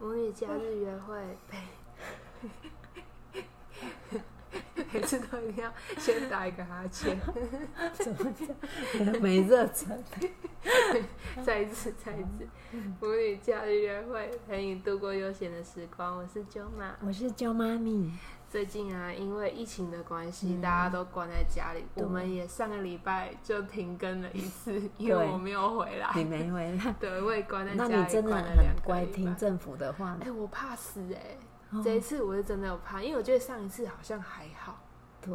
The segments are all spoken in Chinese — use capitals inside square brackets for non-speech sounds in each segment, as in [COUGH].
母女假日约会， [LAUGHS] 每次都一定要先打一个哈 [LAUGHS] 欠，怎么讲？ [LAUGHS] 没热忱，再一次，再一次。母女假日约会，陪你度过悠闲的时光。我是 Jo 妈。我是舅妈咪，最近啊，因为疫情的关系，大家都关在家里，嗯对我们也上个礼拜就停更了一次，因为我没有回你来。没回 [LAUGHS] 来，对，我也关在家那里，你真的关了两很个乖，礼拜听政府的话哎、。我怕死哎、哦这一次我是真的有怕，因为我觉得上一次好像还好，对，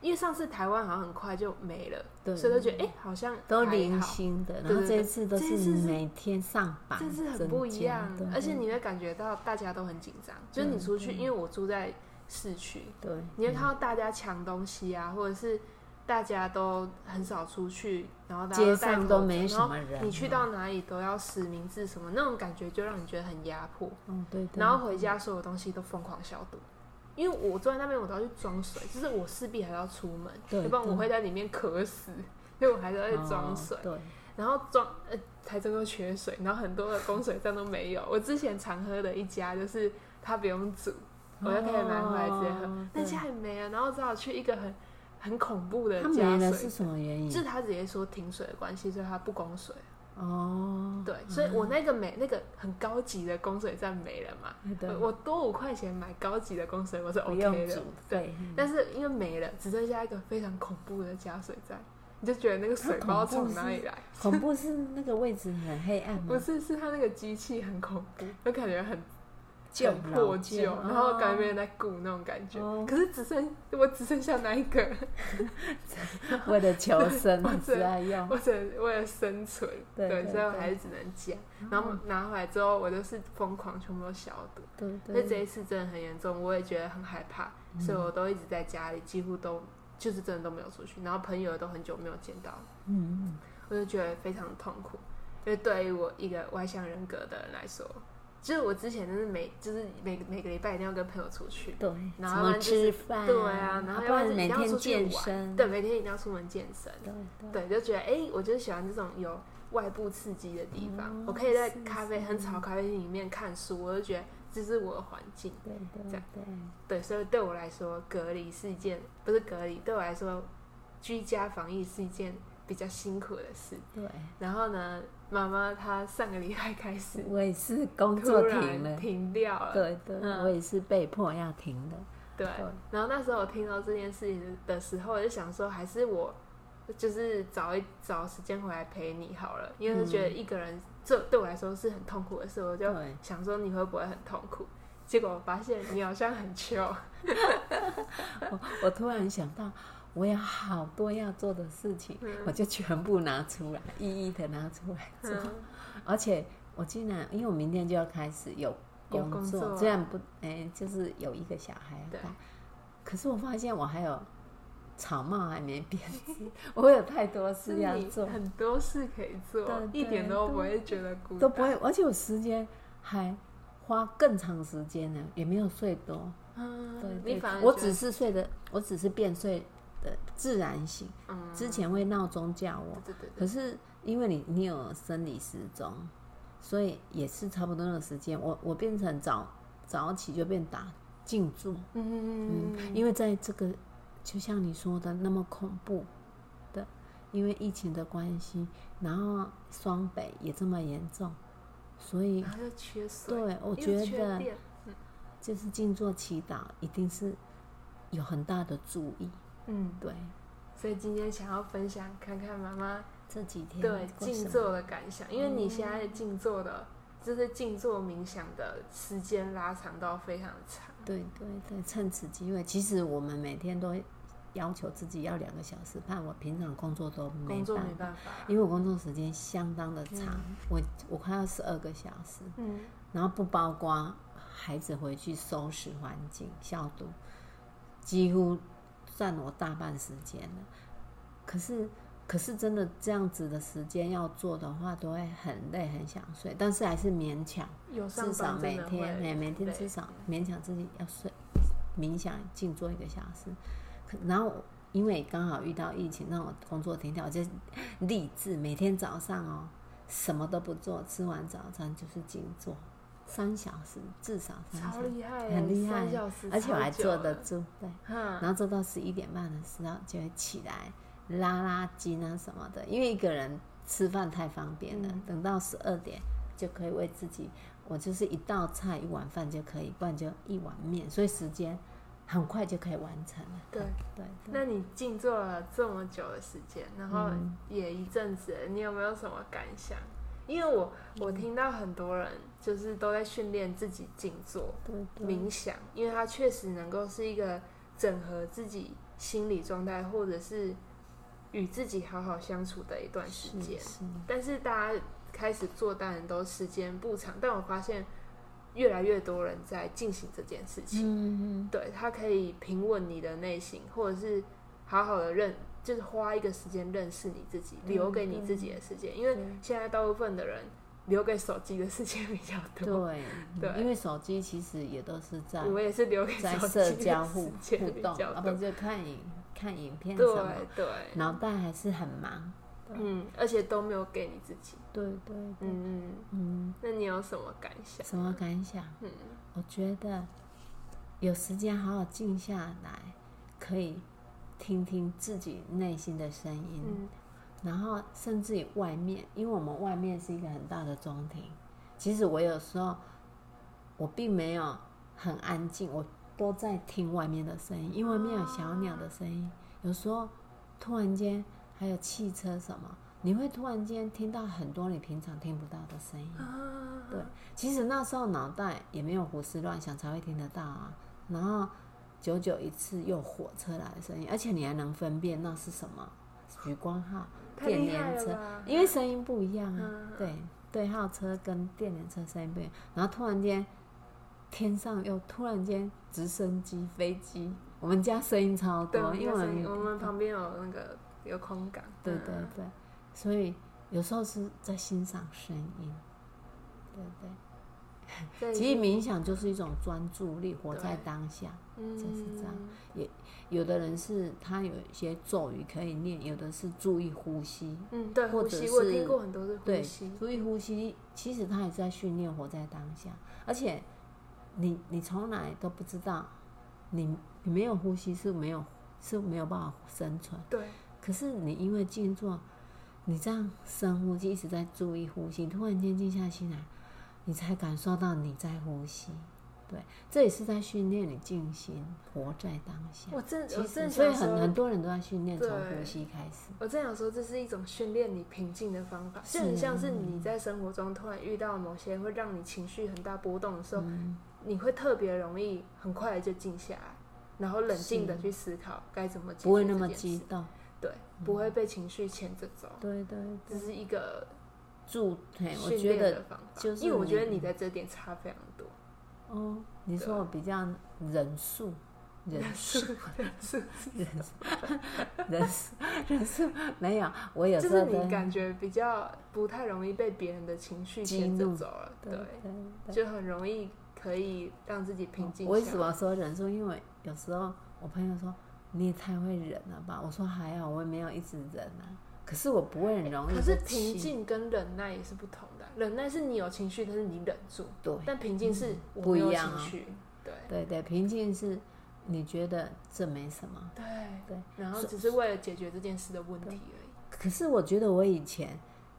因为上次台湾好像很快就没了，对所以都觉得哎、好像都还零好。星的，对然对后这对一次都这是一次是每天上班，这次很增不一加嗯样对，而且你会感觉到大家都很紧张，就是你出去，因为我住在市区，对，你会看到大家抢东西啊，或者是大家都很少出去，然后大家街戴上口都没罩什么然人，啊后你去，到哪里都要实名制什么，那种感觉就让你觉得很压迫。嗯，对，对然后回家所有东西都疯狂消毒，因为我坐在那边我都要去装水，就是我势必还要出门，对要不然我对会在里面渴死，所以我还是要去哦装水。对，然后装呃台中又缺水，然后很多的供水站都没有。我之前常喝的一家就是它不用煮，我就可以买回来直接喝，哦那对家也没啊了，然后只好去一个很很恐怖的他加没了是水，什么原就是因？他直接说停水的关系，所以他不供水。哦，对，所以我那个没那个很高级的供水站没了嘛，对，我多五块钱买高级的供水我是不用 OK 的煮，，嗯对。对，但是因为没了，只剩下一个非常恐怖的加水站，你就觉得那个水包恐怖从哪里 [LAUGHS] 是来？恐怖是那个位置很黑暗不吗？是，是它那个机器很恐怖，就感觉很旧哦很破老旧，旧然后感觉没人在顾那种感觉。哦可是只剩我只剩下那一个， [LAUGHS] 为了求生我只只爱用，我只能为了生存，对对所以我对还是只能加。然后拿回来之后，我就是疯狂全部都消毒。嗯对所以这对，一次真的很严重，我也觉得很害怕，所以我都一直在家里，几乎都就是真的都没有出去，然后朋友也都很久没有见到，嗯，我就觉得非常痛苦。因为对于我一个外向人格的人来说，就是我之前就是每就是每每个礼拜一定要跟朋友出去，对，然后要什不么然就是吃饭，对啊，然后不要然是每一定要出天去玩健身，对，每天一定要出门健身，对对对，就觉得哎、诶我就是喜欢这种有外部刺激的地方，我可以在咖啡很吵的咖啡厅里面看书，我就觉得这是我的环境。对对这对样，对，所以对我来说，隔离是一件不是隔离，对我来说，居家防疫是一件比较辛苦的事。对，然后呢，妈妈她上个礼拜开始我也是 [LAUGHS] 工突作停然了，停掉了，对对，嗯我也是被迫要停的，对对然后那时候我听到这件事情的时候，我就想说，还是我就是找一找时间回来陪你好了，因为就觉得一个人这对我来说是很痛苦的事，我就嗯对想说你会不会很痛苦？结果我发现你好像很穷，我我突然想到，我有好多要做的事情， [LAUGHS] 嗯我就全部拿出来，一一的拿出来做。嗯而且我竟然，因为我明天就要开始有有工工作，作虽然不，哎、就是有一个小孩要对带，可是我发现我还有草帽还没编 [LAUGHS] 织，我有太多是事要你做，很多事可以做对，对一点都不会觉得孤单，都不会，而且我时间还花更长时间呢，也没有睡多。嗯。对对你反而我觉只得是睡的，我只是变睡的自然醒，嗯，之前会闹钟叫我，对对对，可是因为你你有生理时钟，所以也是差不多的时间。我我变成早早起就变打静坐，嗯嗯嗯，因为在这个就像你说的那么恐怖的，因为疫情的关系，然后双北也这么严重，所以然后又缺水，对我又觉缺得电就是静坐祈祷一定是有很大的注意。嗯，对，所以今天想要分享看看妈妈这几天对哎过什静么嗯坐的感想，因为你现在静坐的，就是静坐冥想的时间拉长到非常长。对对对，趁此机会，其实我们每天都要求自己要两个小时半，我平常工作都没工作办没嗯法，办法，因为我工作时间相当的长，我我快要十二个小时，嗯，然后不包括孩子回去收拾环境、消毒，几乎占我大半时间了。可是，可是真的这样子的时间要做的话，都会很累、很想睡，但是还是勉强。有上至少班真每的天，会每每天累至少勉强自己要睡，冥想静坐一个小时。可然后因为刚好遇到疫情，让我工作停掉，我就立志每天早上哦，什么都不做，吃完早餐就是静坐，三小时至少三小超时，厉害，很厉害三小时，而且我还超久坐得了，住，对。嗯，然后做到十一点半的时候就会起来拉拉筋啊什么的，因为一个人吃饭太方便了，嗯等到十二点就可以为自己，我就是一道菜一碗饭就可以，不然就一碗面，所以时间很快就可以完成了。对。对对那你静坐了这么久的时间，然后嗯也一阵子了，你有没有什么感想？因为我嗯我听到很多人就是都在训练自己静坐、对对，冥想，因为它确实能够是一个整合自己心理状态，或者是与自己好好相处的一段时是间。是，但是大家开始做，当然都时间不长，但我发现越来越多人在进行这件事情。嗯嗯对，它可以平稳你的内心，或者是好好的认，就是花一个时间认识你自己，对留给你自己的时间。因为对现在大部分的人留给手机的时间比较多，对啊嗯对因为手机其实也都是在我也是留给在手社机交的互时互间比动，啊较要不然多。就看影看影片什么对，对，脑袋还是很忙。嗯，而且都没有给你自己。对对对，嗯嗯，嗯，那你有什么感想？什么感想？嗯，我觉得有时间好好静下来，可以听听自己内心的声音，嗯然后甚至于外面，因为我们外面是一个很大的中庭。其实我有时候我并没有很安静，我都在听外面的声音，因为外面有小鸟的声啊音，有时候突然间还有汽车什么，你会突然间听到很多你平常听不到的声音。啊，对，其实那时候脑袋也没有胡思乱想，才会听得到啊。然后久久一次又火车来的声音，而且你还能分辨那是什么，曙光号、太电厉害联了车，吧！因为声音不一样啊。嗯对，对号车跟电联车声音不一样。然后突然间，天上又突然间直升机、飞机，我们家声音超对，多，我因为我们们我们旁边有那个有空港，对嗯对对，所以有时候是在欣赏声音，对对。所以其实是冥想就是一种专注力，活在嗯对当下。嗯就是这样有的人是他有一些咒语可以念，有的是注意呼吸。嗯，对，或呼者吸，我是听过很多是呼对吸，，注意呼吸，其实他也是在训练活在当下。而且你你从来都不知道，你你没有呼吸是没有是没有办法生存。对，可是你因为静坐，你这样深呼吸，一直在注意呼吸，突然间静下心来，你才感受到你在呼吸。对，这也是在训练你静心，活在当下。我正其我实，正所以想很很说，多人都在训练从对呼吸开始。我正想说，这是一种训练你平静的方法，是就很像是啊你在生活中突然遇到某些会让你情绪很大波动的时候，嗯，你会特别容易很快地就静下来，然后冷静的去思考该怎么解不会决那这么嗯件激事，动。对，不会被情绪牵着走，对对这对，是一个住，嘿，我训觉练得的方法，就是因为我觉得你你在这点差非常多，哦，你说我比较忍术，忍术， [LAUGHS] 忍术，忍术，忍术，没有，我有就时候是在你感觉比较不太容易被别人的情绪激牵着怒走了，对对对。哦就很容易可以让自己平静。我为什么？说忍住？因为有时候我朋友说你也太会忍了吧，我说还好，我也没有一直忍啊。可是我不会很容易哎可就是气，平静跟忍耐也是不同的啊，忍耐是你有情绪，但是你忍住；对但平静是我不没有一样情啊绪，对对对，平静是你觉得这没什么，对对。然后只是为了解决这件事的问题而已。可是我觉得我以前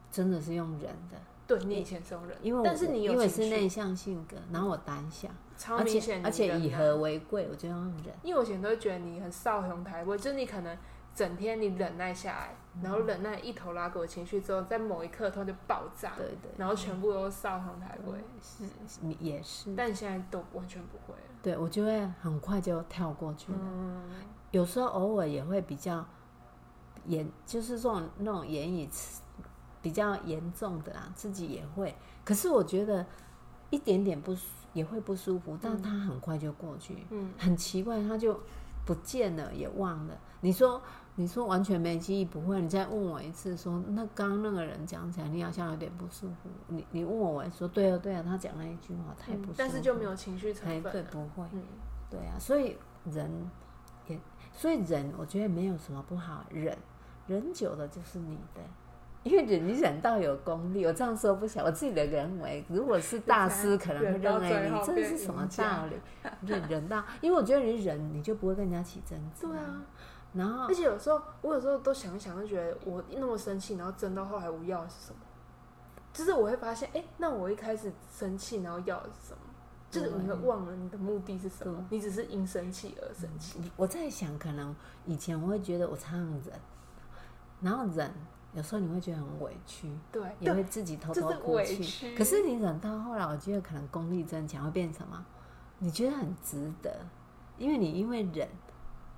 真的是用忍的，对你以前是用忍，因为我但是你有因为情绪是内向性格，然后我胆小，超而明显且你而且忍啊以耐和为贵，我就用忍。因为我以前都会觉得你很少雄台位，就是你可能整天你忍耐下来，嗯然后忍耐一头拉给我情绪之后，在某一刻突然就爆炸，对对，然后全部都少雄台位。你也是，但你现在都完全不会了。对我就会很快就跳过去了。嗯，有时候偶尔也会比较严，就是这种那种言语词比较严重的啦，自己也会。可是我觉得一点点不舒也会不舒服，但他很快就过去，嗯，很奇怪，他就不见了，也忘了。你说你说完全没记忆，不会？你再问我一次说，那刚刚那个人讲起来，你好像有点不舒服。你你问我，我也说对哦对哦，他讲那一句话太不舒服，嗯但是就没有情绪哎成对分。不会。嗯，对啊，所以人也，所以人我觉得没有什么不好，忍忍久了就是你的，因为忍一忍到有功力，我这样说不行，我自己的人为，如果是大师，可能会认为你这是什么道 [LAUGHS] 理？忍忍到，因为我觉得你忍，你就不会跟人家起争执。对啊，然后而且有时候我有时候都想一想，就觉得我那么生气，然后争到后来我要的是什么？就是我会发现，哎、那我一开始生气，然后要的是什么？就是你会忘了你的目的是什么，你只是因生气而生气。我在想，可能以前我会觉得我常常忍，然后忍，有时候你会觉得很委屈，对，也对会自己偷就偷是哭委泣。屈可是你忍到后来，我觉得可能功力增强，会变成什么？你觉得很值得，因为你因为忍，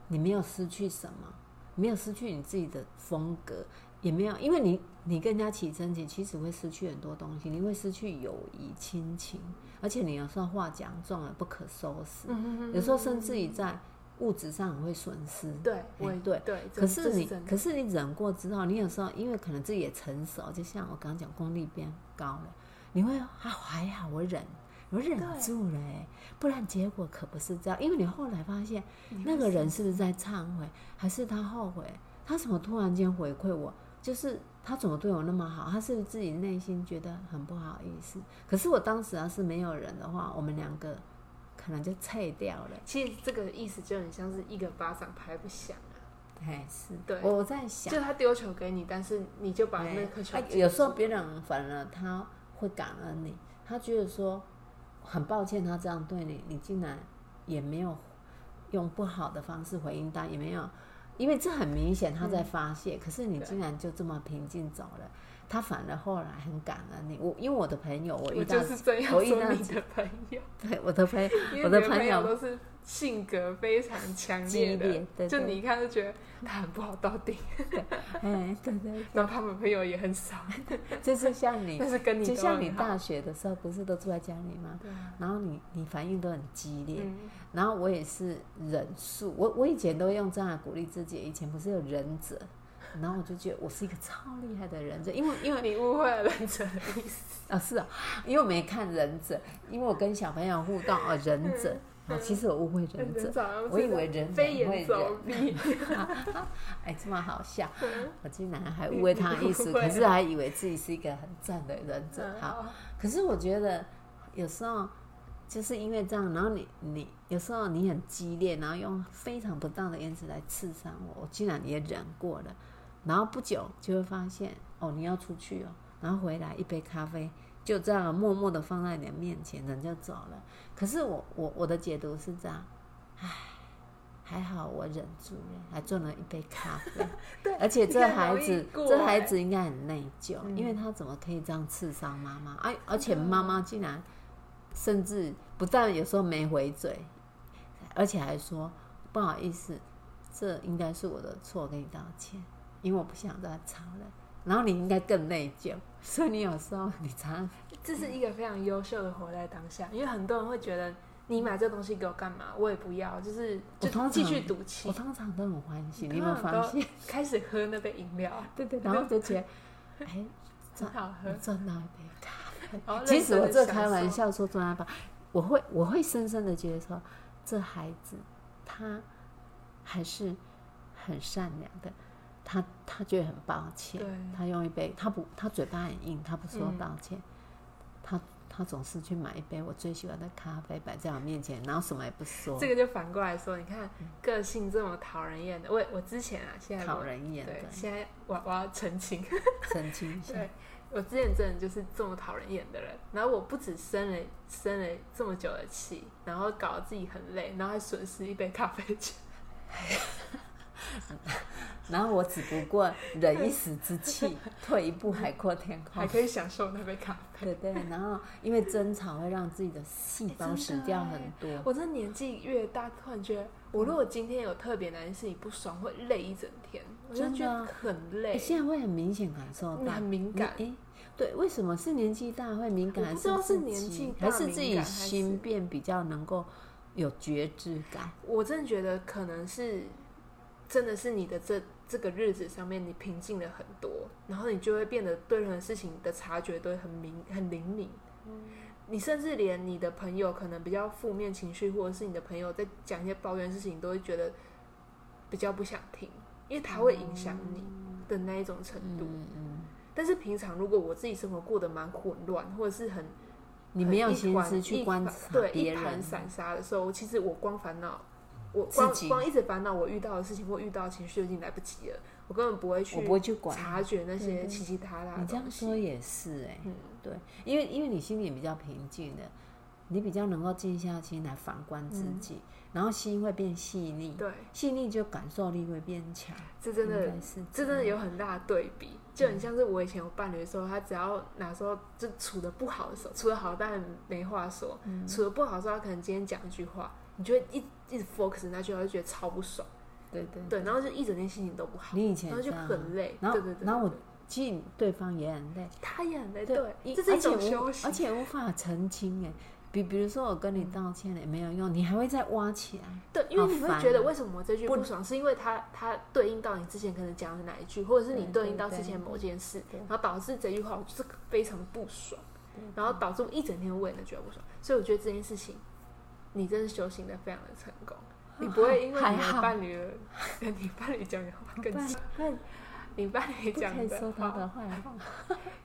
你没有失去什么，没有失去你自己的风格，也没有因为你你跟人家起争执，其实会失去很多东西，你会失去友谊、亲情，而且你有时候话讲重了不可收拾，嗯有时候甚至于在物质上很会损失。对，我哎也对对，可是你，可可是你忍过之后，你有时候因为可能自己也成熟，就像我刚刚讲，功力变高了，你会啊还好我忍，我忍对住了、欸，不然结果可不是这样。因为你后来发现，那个人是不是在忏悔，还是他后悔？他怎么突然间回馈我？就是他怎么对我那么好？他是不是自己内心觉得很不好意思？可是我当时要是没有人的话，我们两个可能就脆掉了。其实这个意思就很像是一个巴掌拍不响啊，哎，是对我在想。就他丢球给你，但是你就把那颗球哎接住、有时候别人反而他会感恩你，他觉得说很抱歉他这样对你，你竟然也没有用不好的方式回应他，也没有，因为这很明显他在发泄，可是你对竟然就这么平静走了，他反而后来很感恩你。我因为我的朋友，我我遇到就是这样我遇说到你的朋 [LAUGHS] 友，对 [LAUGHS] 我的朋友，因为我你的的朋友友都是性格非常强烈的，激烈对对就你一看就觉得他很不好到底，哎，对 [LAUGHS] 对，然后他们朋友也很少，就是像你但是 [LAUGHS] 跟你就都像很你好大学的时候，不是都住在家里吗？对啊然后你你反应都很激烈，嗯然后我也是忍术，我我以前都用这样来鼓励自己，以前不是有忍者，然后我就觉得我是一个超厉害的忍者，因为因为你误会了忍者的意思，啊、是啊，因为我没看忍者，因为我跟小朋友互动哦忍者嗯啊，其实我误会忍者忍，者好像是我以为忍者飞会檐走忍， [LAUGHS] 壁，哎这么好笑，嗯我竟然还误会他的意思，你 [LAUGHS] 误会可了嗯是还以为自己是一个很赞的忍者，好。可是我觉得有时候就是因为这样，然后你你有时候你很激烈，然后用非常不当的言辞来刺伤我，我竟然也忍过了。然后不久就会发现，哦，你要出去哦，然后回来一杯咖啡，就这样默默的放在你的面前，人就走了。可是我我我的解读是这样，唉，还好我忍住了，还做了一杯咖啡。对而且这你看孩容易子，过这孩哎子应该很内疚，嗯因为他怎么可以这样刺伤妈妈？哎、而且妈妈竟然甚至不但有时候没回嘴，而且还说不好意思，这应该是我的错，跟你道歉，因为我不想再吵了。然后你应该更内疚，所以你有时候你常常这是一个非常优秀的活在当下，因为很多人会觉得你买这东西给我干嘛？我也不要，就是我就通常继续赌气我。通常都很欢喜，你有没有通常都发现？ [LAUGHS] 开始喝那杯饮料，对对，然后就觉得， [LAUGHS] 哎，很好我喝。赚到一杯咖啡。然后其实我这认真地享受开玩，笑说专家吧，我会我会深深的觉得说，这孩子他还是很善良的，他他觉得很抱歉对，他用一杯，他不他嘴巴很硬，他不说嗯道歉，他他总是去买一杯我最喜欢的咖啡摆在我面前，然后什么也不说，这个就反过来说，你看个性这么讨人厌的，我我之前啊，现在嗯讨我人厌的对，， [LAUGHS] 现在我我要澄清，神经一下，对我之前真的就是这么讨人厌的人。然后我不止生了生了这么久的气，然后搞得自己很累，然后还损失一杯咖啡钱。然后我只不过忍一时之气，退一步海阔天空 [LAUGHS] 还。可以享受那杯咖啡。对对，然后因为争吵会让自己的细胞真死的掉欸很多， [LAUGHS] 我这年纪越大，突然觉得，我如果今天有特别哪件事情不爽，会累一整天，我就真的觉得啊很你累，现在会很明显感受哎欸你到很敏你感。诶对，为什么是年纪大会敏感？我还不是知道自是年己纪还大是敏自己感还心是变比较能够有觉知感？我真的觉得可能是，真的是你的这这个日子上面，你平静了很多，然后你就会变得对任何事情的察觉都会很敏很灵敏。你甚至连你的朋友可能比较负面情绪，或者是你的朋友在讲一些抱怨事情，你都会觉得比较不想听，因为它会影响你的那一种程度。嗯嗯，但是平常如果我自己生活过得蛮混乱，或者是很你没有很一心团思去一观团察对别一盘人，散沙的时候，其实我光烦恼，我自光己光一直烦恼我遇到的事情或遇到的情绪就已经来不及了，我根本不会去我不会去管。察觉那些奇奇葩啦的你这样东西。说也是哎、嗯对，因为因为你心里比较平静的，你比较能够静下心来反观自嗯己，然后心会变细腻，对，细腻就感受力会变强，这真的应该是嗯这真的有很大的对比，就很像是我以前有伴侣的时候，他只要哪时候就处的不好的时候，处的好当然没话说，嗯处的不好的时候，他可能今天讲一句话，你就会一一直 focus 那句话，就觉得超不爽，对对对，然后就一整天心情都不好，嗯你以前然后就这样啊很累，然后对对对，然后我对其实对方也很累，他也很累，哎对，一这是一而且种无休息嗯而，且无法澄清哎、比比如说我跟你道歉了也没有用，你还会再挖起来，对，因为你好会烦啊觉得为什么我这句不不爽，是因为他他对应到你之前可能讲的哪一句，或者是你对对应到对之对前某件事对，然后导致这句话我就是非常不爽对，然后导致我一整天为了觉得不爽，所以我觉得这件事情，你真是修行的非常的成功，你不会因为啊还你的好伴侣的跟你伴侣讲的话更不然激，不然你伴侣不可讲以说的他的话坏话。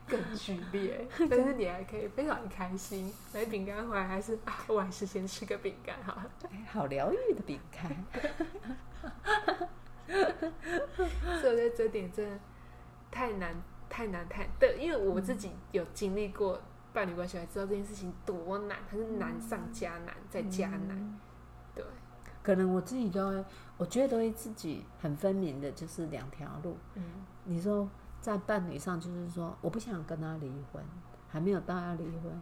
更剧烈，但是你还可以非常开心，买饼干回来还是啊，我还是先吃个饼干好了。 [LAUGHS] 哎，好疗愈的饼干。 [LAUGHS] 所以我觉得这点真的太难太难太对，因为我自嗯己有经历过伴侣关系，我才知道这件事情多难，它是难上加难再加难。对，可能我自己都会，我觉得都会自己很分明的，就是两条路。嗯，你说在伴侣上，就是说我不想跟他离婚，还没有到要离婚。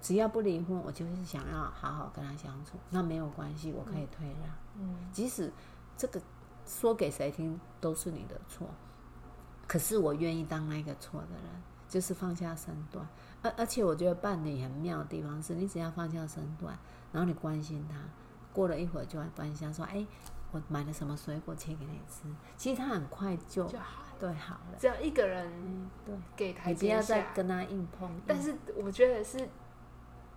只要不离婚，我就是想要好好跟他相处，那没有关系，我可以退让。嗯，即使这个说给谁听都是你的错，可是我愿意当那个错的人，就是放下身段。而而且我觉得伴侣很妙的地方是，你只要放下身段，然后你关心他，过了一会儿就会关心他说：“哎，我买了什么水果切给你吃。”其实他很快就就好了。对好了，只要一个人嗯，对，给你台不阶要再下，跟他硬碰硬。但是我觉得是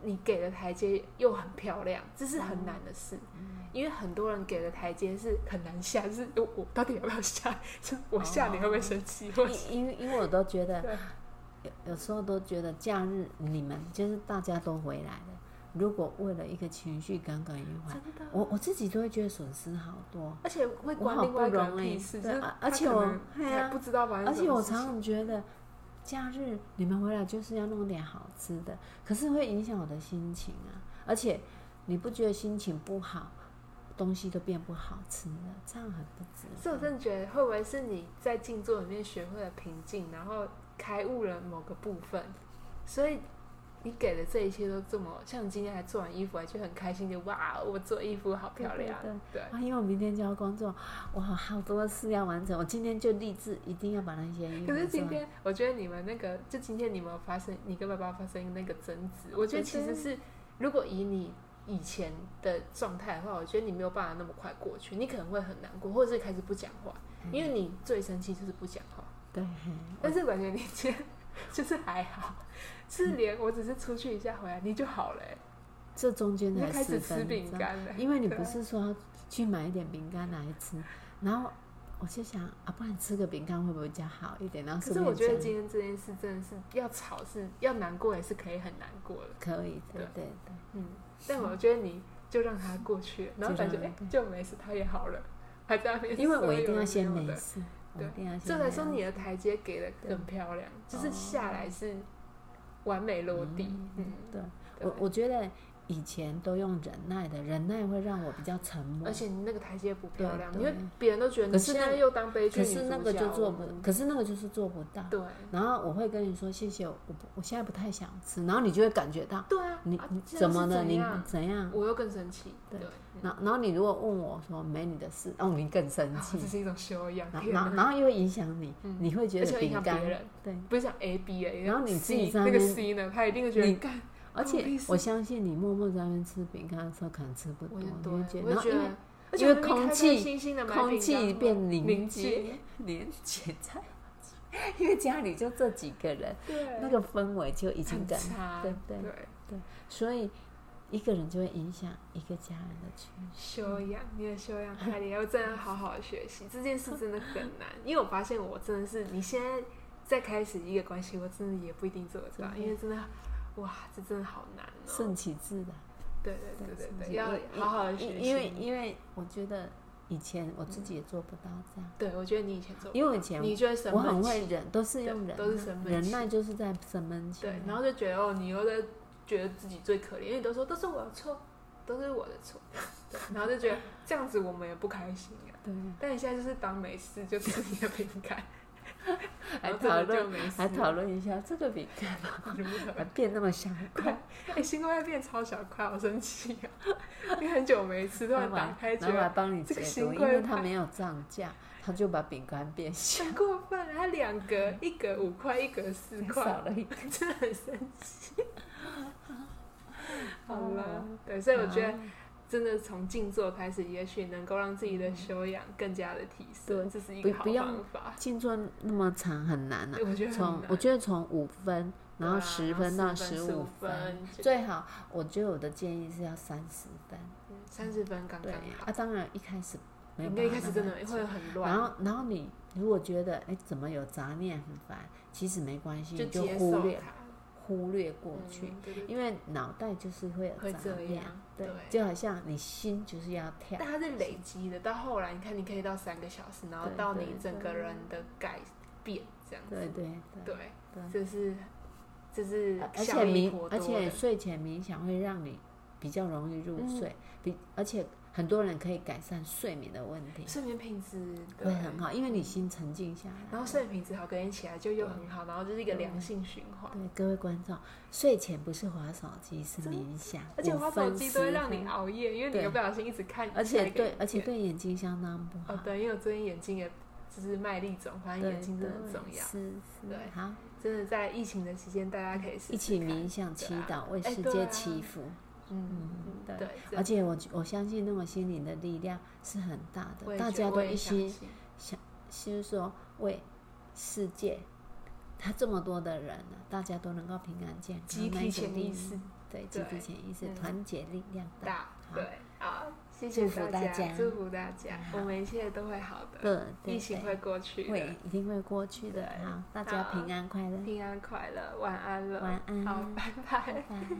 你给的台阶又很漂亮，这是很难的事。嗯因为很多人给的台阶是很难下，就是我我到底要不要下？ [LAUGHS] 就我哦下你会不会生 [LAUGHS] 气？或者是因因为因为我都觉得对，有有时候都觉得假日你们就是大家都回来了，如果为了一个情绪耿耿于怀真，的，我我自己都会觉得损失好多。而且会我关好另不外一个人容屁易，事，就对，是啊他而且可我能，哎还呀不知道吧？而且我常常觉得，假日你们回来就是要弄点好吃的，可是会影响我的心情啊。而且你不觉得心情不好，东西都变不好吃了，这样很不值所以我真的觉得，会不会是你在静坐里面学会了平静，然后开悟了某个部分，所以你给的这一切都这么，像你今天还做完衣服，还觉得很开心，就哇，我做衣服好漂亮，对对对啊，因为我明天就要工作，我好好多事要完成，我今天就立志一定要把那些衣服做可完。是今天，我觉得你们那个，就今天你们有发生，你跟爸爸发生那个争执，我觉得其实是，如果以你以前的状态的话，我觉得你没有办法那么快过去，你可能会很难过，或者是开始不讲话，因为你最生气就是不讲话。对，但是我感觉你今天就是还好，是连我只是出去一下回来你就好了、欸，这中间你就才开始十分吃饼钟干了、因为你对啊不是说要去买一点饼干来吃，然后我就想啊，不然吃个饼干会不会比较好一点？然后可是顺便我觉得讲今天这件事真的是要吵是要难过也是可以很难过的，可以，对对对对，嗯，但我觉得你就让它过去了，然后感觉就哎、让它欸就没事，他也好了，还在那边，因为我一定要先没没的，事，我对一定要这先才没说事你的台阶给的对很漂亮，就是下来是完美落地，嗯，对对我我觉得以前都用忍耐的，忍耐会让我比较沉默，而且你那个台阶不漂亮，对因为对别人都觉得你可是现那在又当悲剧可女主角是了，那个就做不，可是那个就是做不到。对然后我会跟你说谢谢，我不我现在不太想吃，然后你就会感觉到对啊，你啊你这样怎么是了？怎你样怎样？我又更生气，对对，嗯然后然后你如果问我说没你的事，哦，你更生啊气这，是一种修养，然后天然哪后然后又会影响你啊嗯，你会觉而且得会影饼响别干人，对，不是讲 A B A，然后你自己 C，在那那个边 C 呢，他一定会觉得你干，而关我屁且事我相信你默默在那边吃饼干的时候，可能吃不我多，就你对会啊觉，我得，然就觉后因为得，而且我明明因为空开开气心心的空气变凝凝结，结，凝结在一起，因为家里就这几个人，对，那个氛围就已经很跟，差，对对对，所以一个人就会影响一个家人的情哦绪。修养，你的修 [LAUGHS] 养太厉害，我真的要好好地学习这件事真的很难，因为我发现我真的是你现在再开始一个关系，我真的也不一定做得到，真的因为真的，哇，这真的好难哦。顺其自然。对对对对顺对，其要因好好的学因习。因为因为我觉得以前我自己也做不到这样，对我觉得你以前做不到，因为我以前你就会生我闷很气会忍，都是对用忍啊，都是生闷忍气耐就是在生闷气啊。对，然后就觉得哦，你又在觉得自己最可怜，因为你都说都是我的错，都是我的错，对，然后就觉得这样子我们也不开心呀、对啊，但你现在就是当没事，就吃你的饼干，还然后真讨的就论没事，还讨论一下这个饼干如何？还变那么小 [LAUGHS] 块，哎、新瓜变超小块，好生气啊！因为很久没吃，突然打开觉然后还得帮你这解个读，新因贵为他派没有涨价，他就把饼干变 [LAUGHS] 小，太过分了，它两格，一格五块，一格四还块少，了一个。真的很生气。好 [LAUGHS] 了，对，所以我觉得啊真的从静坐开始，也许能够让自己的修养更加的提对升，这是一个不好不要方法。静坐那么长很难啊对，我觉得很从难我觉得从五分，然后对啊十然后分到10十分五15分最好我觉得我的建议是要三十分，三十分刚对刚好，啊，当然一开始没有应办该法一开始慢真的慢会很然乱，后，然后你如果觉得哎，怎么有杂念很烦，其实没关系，你就接忽受略它。忽略过去，嗯对对对因为脑袋就是会有会杂这念样，对，对就好像你心就是要跳但，它是累积的，到后来你看，你可以到三个小时，然后对到对你整个对人的改变这样对子。对对，对，对这是这是而且效益冥颇，多而且的。睡前冥想会让你比较容易入嗯睡，比而且很多人可以改善睡眠的问题，睡眠品质会对很好，因为你心沉静下来。然后睡眠品质好，隔天起来就又很好，然后就是一个对良性循环。对各位观众，睡前不是划手机，是真的冥想，而且五滑手分机都会10让你分熬夜，因为对你又不小心一直看，而下且一个对，影而且片对眼睛相当不好。哦，对，因为我最近眼睛也就是卖力肿，反正对，眼睛真的对很重要。是是，对好，真的在疫情的期间，大家可以试试一起看冥想祈对啊祷，为哎世对界啊祈福。嗯，嗯嗯对对，而真的且我我相信那种心灵的力量是很大我的，也大觉家得都我一也相心信想，就是说为世界，他这么多的人呢，大家都能够平安健康，集那体一种潜力意识对，集体对潜意识嗯团结力量大。大，好对，好，谢祝谢福大大家祝福大家，好我们一切都会好的，对，对疫情会过去对会的，一定会过去的。对好，大家好平安快乐，平安快乐，晚安了，晚安好，拜拜拜。拜。